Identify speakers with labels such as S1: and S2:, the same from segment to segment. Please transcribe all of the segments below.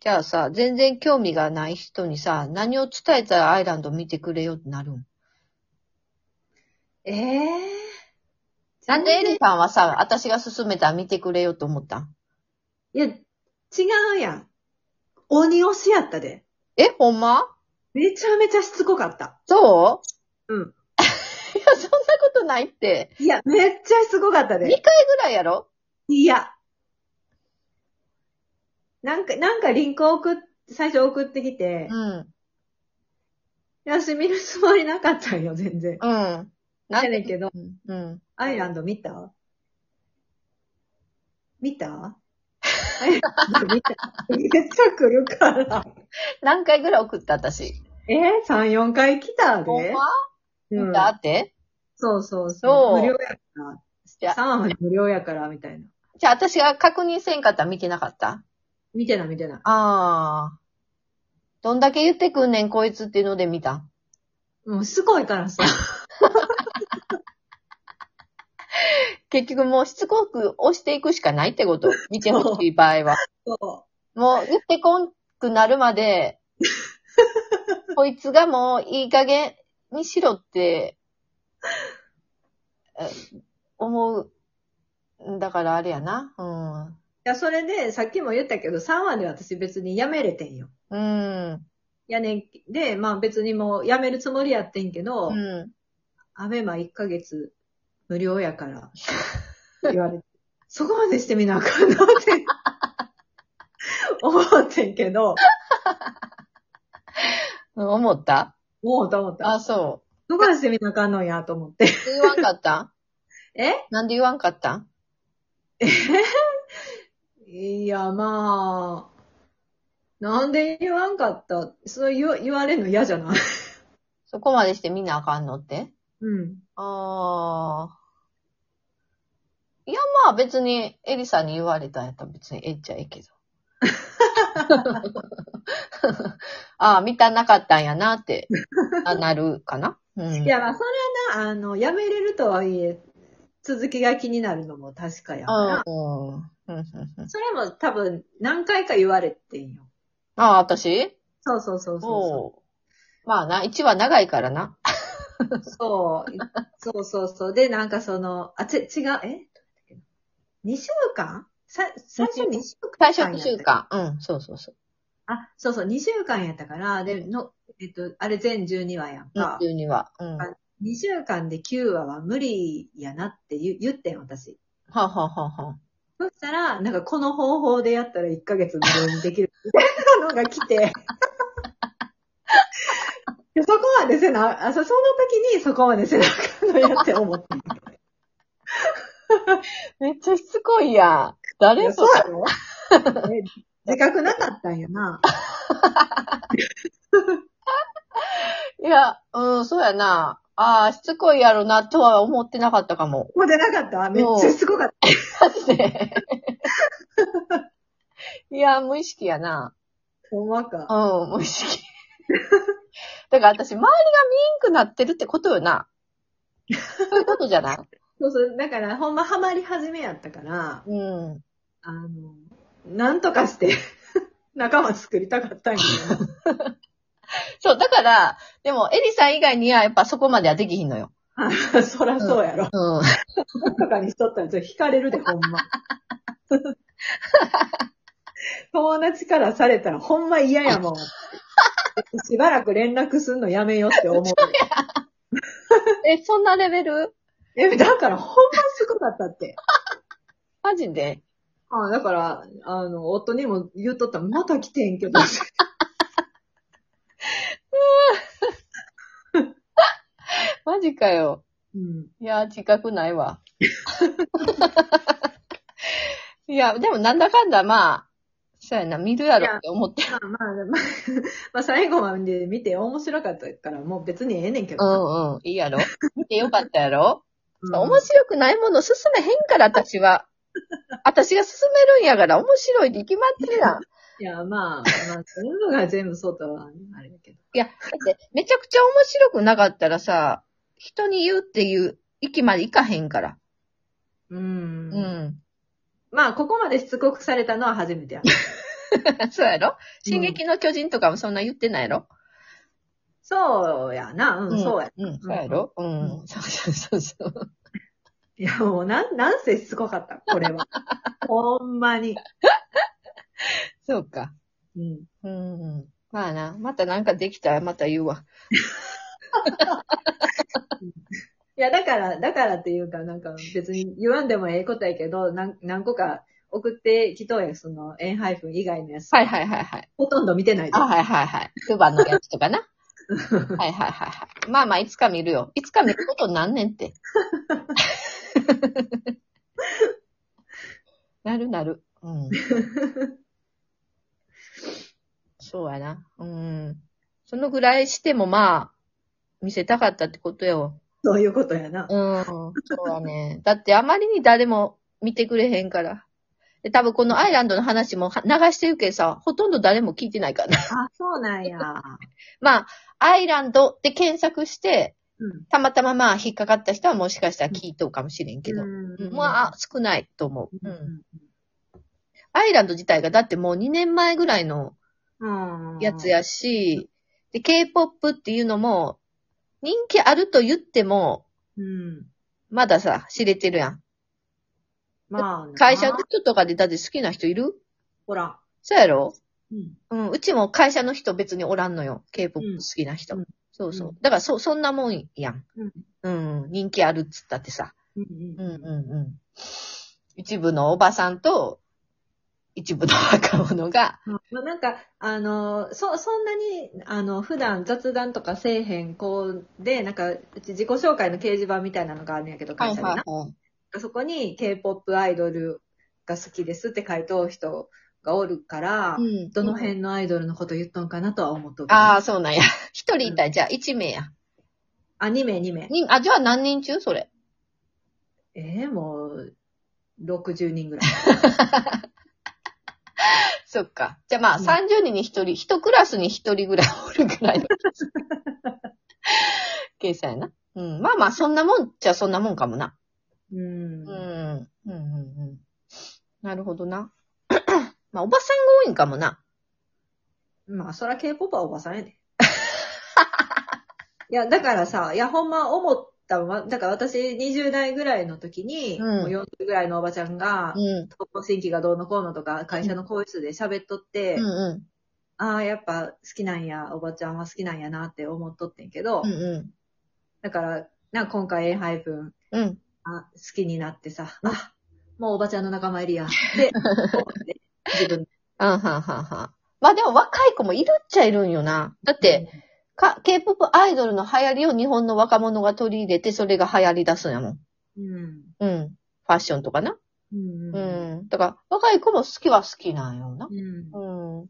S1: じゃあさ、全然興味がない人にさ、何を伝えたらアイランド見てくれよってなるん
S2: ええ
S1: なんでエリさんはさ、私が勧めたら見てくれよと思ったん
S2: いや、違うやん。鬼推しやったで。
S1: え、ほんま
S2: めちゃめちゃしつこかった。
S1: そう
S2: うん。
S1: いや、そんなことないって。
S2: いや、めっちゃしつこかった
S1: 2回
S2: で。
S1: ぐらいやろ
S2: いや。なんか、なんかリンク送っ、最初送ってきて、
S1: うん。
S2: 私見るつもりなかったんよ、全然。
S1: うん。な
S2: やねんけど、
S1: うんうん。
S2: アイランド見た見 たアイランド見ためっちゃ来るから。
S1: 何回ぐらい送った私。
S2: えー、3、4回来たで。
S1: ほんま
S2: うん
S1: だって
S2: そうそう
S1: そ
S2: そうう。無料やから。
S1: じゃあ、
S2: サーフ無料やから、みたいな。
S1: じゃあ私が確認せんかったら見てなかった
S2: 見てない見てない。
S1: ああ。どんだけ言ってくんねん、こいつっていうので見たん。
S2: もうすごいからさ。
S1: 結局もうしつこく押していくしかないってこと。見てほしい場合は。
S2: そ
S1: もう言ってこんくなるまで、こいつがもういい加減にしろって、え思う。だからあれやな。
S2: う。いや、それで、さっきも言ったけど、3話で私別に辞めれてんよ。
S1: うん。うん。
S2: やねん、で、まあ別にもう辞めるつもりやってんけど、
S1: うん。
S2: アベマ1ヶ月無料や から、言われて、そこまでしてみなあかんな って、思ってんけど、
S1: 思った
S2: もうと思った。
S1: あ、そ
S2: そこまでしてみなあかんのや、と思って
S1: う。。言わんかったん
S2: え
S1: なんで言わんかったん
S2: いや、まあ、なんで言わんかったそう言わ言われるの嫌じゃない
S1: そこまでしてみんなあかんのって
S2: うん。
S1: ああ。いや、まあ別に、エリさんに言われたんやったら別にええっちゃええけど。 ああ、見たなかったんやなって、あなるかな。うん。
S2: いや、まあ、それはな、あの、やめれるとはいえ、続きが気になるのも確かやな。
S1: うん。うん。うんうん
S2: それも多分、何回か言われてんよ。
S1: ああ、私
S2: そうそうそうそ
S1: おうまあな、1話長いからな。
S2: う。そう。そうそうそう。で、なんかその、あ、ち、違う、え ?2 週間さ、最初2週間
S1: 最初2週。間。うん、そうそうそう。
S2: あ、そうそう、2週間やったから、で、の、えっと、あれ全12話やんか。
S1: 12話。うん。は
S2: 2週間で9話は無理やなって言言ってん、私。
S1: あ、はあはあはあ、
S2: そしたら、なんかこの方法でやったら1ヶ月無料にできるみたいなのが来て。 でそこまでせな、あそその時にそこまでせなあかんのやって思って。
S1: めっちゃしつこいやん。誰
S2: そうやろえ自覚なかったんやな。
S1: いや、うん、そうやな。ああ、しつこいやろな、とは思ってなかったかも。
S2: もう出なかっためっちゃすごかった。
S1: だって。 いや、無意識やな。
S2: ほんまか。
S1: うん、無意識。 だから私、周りが見えんくなってるってことよな。そういうことじゃない
S2: そうそう、だからほんまハマり始めやったから、
S1: うん。
S2: あの、なんとかして 仲間作りたかったんやけど。
S1: そう、だから、でも、エリさん以外には、やっぱそこまではできひんのよ。
S2: あそらそうやろ。
S1: うん。
S2: とかにしとったらちょっと惹かれるで、ほんま。 友達からされたらほんま嫌やもん。 しばらく連絡すんのやめようって思 う。
S1: え、そんなレベル
S2: え、だからほんますごかったって。
S1: マジで
S2: あだから、あの、夫にも言っとったらまた来てん けど。
S1: マジかよ。
S2: うん。
S1: いや、自覚ないわ。 いや、でもなんだかんだまあ、そうやな、見るやろって思って。
S2: まあまあ、 まあ、まあ最後まで見て面白かったからもう別にええねんけ
S1: う
S2: ど。
S1: んうん、いいやろ。見てよかったやろ。
S2: うん
S1: 面白くないもの進めへんから、私は。私が進めるんやから、面白いで決まってるやん。
S2: いや、まあ、まあ、そういうのが全部そうとはあれだけど。
S1: いや、だって、めちゃくちゃ面白くなかったらさ、人に言うっていう域までいかへんから。
S2: うん
S1: うん。
S2: まあ、ここまでしつこくされたのは初めてや。
S1: そうやろ進撃の巨人とかもそんな言ってないやろ、
S2: そうやな、うん、そうや。
S1: うん、そうやろうん、そうそうそうそう。
S2: いや、もう、なん、なんせしつこかった、これ は。ほんまに。
S1: そうか。
S2: うん。
S1: うん。まあな、またなんかできたらまた言うわ。
S2: いや、だから、だからっていうか、なんか別に言わんでもええことやけど、なん何個か送ってきとうやん、その、エンハイフン以外のやつ。
S1: はいはいはいはい。
S2: ほとんど見てないで
S1: あ、はいはいはい。クバのやつとかな。はいはいはいはい。まあまあ、いつか見るよ。いつか見ることなんねんって。なるなる。うん。そうやな。うん。そのぐらいしてもまあ、見せたかったってことよ。
S2: そういうことやな。
S1: うん。そうだね。だってあまりに誰も見てくれへんから。で、多分このアイランドの話もは流してるけどさ、ほとんど誰も聞いてないからね。
S2: あ、そうなんや。
S1: まあ、アイランドで検索して、
S2: うん。
S1: たまたままあ引っかかった人はもしかしたら聞いとうかもしれんけど。
S2: うん
S1: まあ、少ないと思う、う
S2: う
S1: ん。
S2: ん。
S1: アイランド自体がだってもう2年前ぐらいの
S2: うん。
S1: やつ。やし、で、K-POP っていうのも、人気あると言っても、
S2: うん。
S1: まださ、知れてるやん。
S2: まあ、
S1: 会社の
S2: で。
S1: 人とかでだって好きな人いる
S2: ほら。
S1: そうやろ
S2: うん。
S1: うん、うちも会社の人別におらんのよ。K-POP 好きな人。
S2: うん
S1: そうそうう。だからそ、そんなもんやん。
S2: うん。
S1: うん、人気あるっつったってさ。
S2: うん
S1: うんうんうん。一部のおばさんと、一部の若者が、
S2: まあ、なんか、あの、そ、そんなに、あの、普段雑談とかせえへん子で、なんか、うち自己紹介の掲示板みたいなのがあるんやけど、会社でな。
S1: はい。
S2: そこに K-POP アイドルが好きですって書いとう人がおるから、
S1: うん
S2: どの辺のアイドルのこと言っとんかなとは思っとうけど。
S1: ああ、そうなんや。一人いたい。じゃあ、一名や。
S2: あ、2名2名。
S1: にあ、じゃあ何人中それ。
S2: えー、もう、60人ぐらい。
S1: そっか。じゃあまあ、
S2: うん
S1: 30人に1人、一クラスに1人ぐらいおる ぐらいの計算やな。うん。まあまあ、そんなもんじゃそんなもんかもな。
S2: うん。
S1: うん。うんうんうん。なるほどな。 まあ、おばさんが多いんかもな。
S2: まあ、そら K-POP はおばさんやで。いや、だからさ、いや、ほんま思ったわ。だから私、20代ぐらいの時に、
S1: うん
S2: もう40ぐらいのおばちゃんが、
S1: うん。
S2: 更新規がどうのこうのとか、会社の更衣室で喋っとって、
S1: うんう
S2: ああ、やっぱ好きなんや、おばちゃんは好きなんやなって思っとってんけど、
S1: ん。うんう
S2: だから、な、今回 A 配分、
S1: ん。うん。
S2: あ、好きになってさ、あ、もうおばちゃんの仲間入 りや。で、思って自分
S1: あはんはんはんはん。まあでも若い子もいるっちゃいるんよな。だって、、か、K-POP アイドルの流行りを日本の若者が取り入れて、それが流行り出すんやもん。
S2: うん。
S1: うん。ファッションとかな。
S2: うん。
S1: う。
S2: うん
S1: だから、若い子も好きは好きなんよな。
S2: ん。うん。
S1: うん。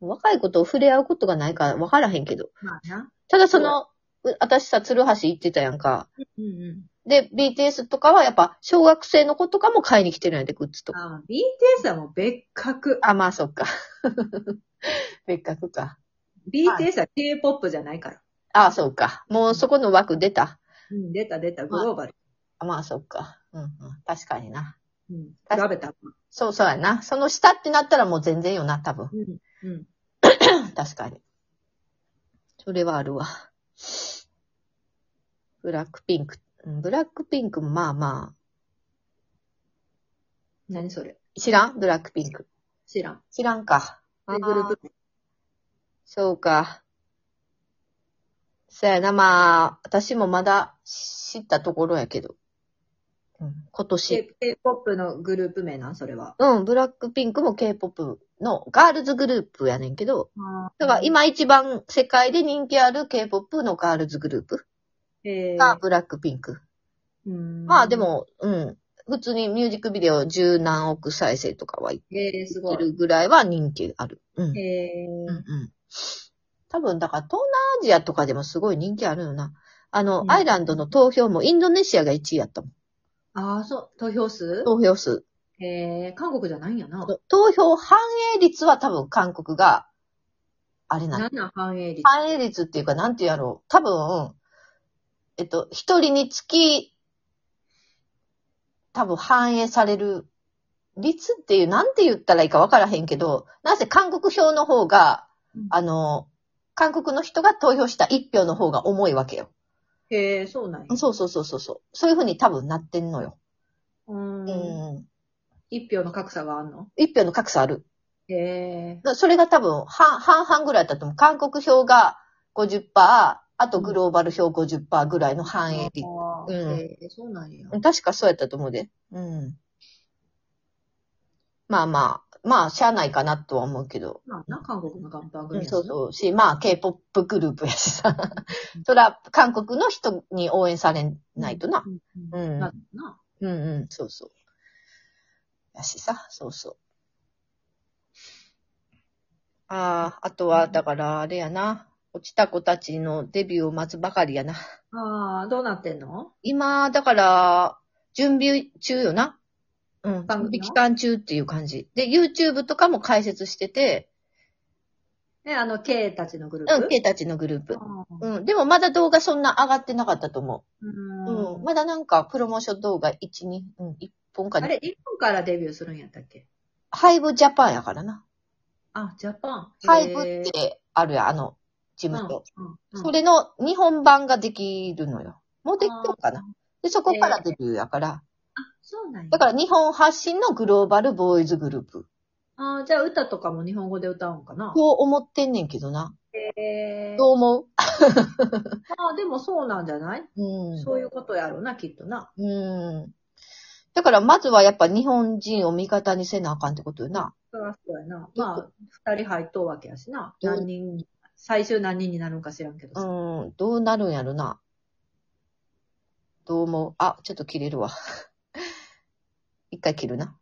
S1: 若い子と触れ合うことがないから分からへんけど。
S2: まあな。
S1: ただその、う私さ、鶴橋行ってたやんか。
S2: うんうん。
S1: で、BTS とかはやっぱ、小学生の子とかも買いに来てるんやで、グッズとか。
S2: あ BTS はもう別格。
S1: あ、まあ、そっか。 別格か。
S2: BTS は K-POP じゃないから。
S1: あ、そうか。もうそこの枠出た。
S2: うん、出た出た、グローバル。
S1: あまあ、そっか。うんうん。確かにな。
S2: うん、
S1: 確
S2: 調べた。
S1: そうそうやな。その下ってなったらもう全然よな、多分。
S2: うん。うん。
S1: 確かに。それはあるわ。ブラックピンク。うんブラックピンクもまあま
S2: 何それ
S1: あ。知らんブラックピンク。
S2: 知らん。
S1: 知らんか。
S2: でグループ。
S1: そうか。そやな、まあ、私もまだ知ったところやけど。うん、今年。
S2: K- K-POP のグループ名なんそれは。
S1: うん、ブラックピンクも K-POP のガールズグループやねんけど、だ
S2: だ
S1: から、今一番世界で人気ある K-POP のガールズグループ
S2: え
S1: がブラックピンク。
S2: ー、
S1: まあで。も、うん。普通にミュージックビデオ十何億再生とかはいっ
S2: えー、すご
S1: てる
S2: い。
S1: ぐらいは人気ある。うん。うん
S2: え
S1: う
S2: ー、
S1: ん。多分、だから東南アジアとかでもすごい人気あるよな。あの、
S2: うん
S1: アイランドの投票もインドネシアが1位やったもん。
S2: ああ、そう、投票数
S1: 投票数。
S2: えー、韓国じゃないんやな。
S1: 投票反映率は多分韓国が、あれなんだ
S2: 7反映率。
S1: 反映率っていうか、なんてやろう。多分、えっと、一人につき、多分反映される率っていう、なんて言ったらいいかわからへんけど、なぜ韓国票の方が、
S2: うん
S1: あの、韓国の人が投票した一票の方が重いわけよ。
S2: へえ、そうなんや。
S1: そうそうそうそうそう。そういうふうに多分なってんのよ。
S2: う。
S1: うんん。
S2: 一票の格差があんの
S1: 一票の格差ある。
S2: へえ。
S1: だそれが多分半、半々ぐらいだと思う。韓国票が50%、あとグローバル票50%ぐらいの範囲。
S2: あー
S1: うん
S2: へえ、そうなんや。
S1: 確かそうやったと思うで。うん。まあまあ、まあ、しゃあないかなとは思うけど。
S2: まあな、韓国の元旦
S1: う
S2: 組
S1: ん、
S2: や
S1: そう
S2: う。
S1: そう。し、まあ、K-POP グループやしさ。そら、韓国の人に応援されないとな。
S2: うん。
S1: う
S2: うん
S1: ん。
S2: な
S1: うん
S2: な。
S1: んうん、そうそう。やしさ、そうそう。ああ、あとは、だから、あれやな。落ちた子たちのデビューを待つばかりやな。
S2: ああ、どうなってんの
S1: 今、だから、準備中よな。うん。
S2: 番
S1: 準
S2: 組の
S1: 備期間中っていう感じ。で、YouTube とかも解説してて、
S2: ね、あの、K たちのグループ。
S1: うん、K たちのグループ。
S2: あー
S1: うん。でもまだ動画そんな上がってなかったと思
S2: う
S1: う。
S2: ん
S1: うん。まだなんか、プロモーション動画1、2、うん、1本か
S2: あ
S1: ね。
S2: れ、日本からデビューするんやったっけ
S1: ハイブジャパンやからな。
S2: あ、ジャパン。
S1: ハイブっ
S2: へー
S1: てあるやん、あの、事務所。
S2: うんうんうん
S1: それの日本版ができるのよ。もうできてるかな。で、そこからデビューやから。
S2: そうなんや。
S1: だから日本発信のグローバルボーイズグループ。
S2: あーじゃあ歌とかも日本語で歌うんかな
S1: こう思ってんねんけどな。
S2: へー
S1: どう思
S2: まあでもそうなんじゃない、
S1: ううん。
S2: そういうことやろうな、きっとな。
S1: うん。だから、まずはやっぱ日本人を味方にせなあかんってことよな。
S2: そりゃそうやな。まあ、二人入っとうわけやしな。
S1: うん
S2: 何人に、最終何人になるんか知らんけどさ。
S1: うん。どうなるんやろな。 どう思うあ、ちょっと切れるわ。一回切るな。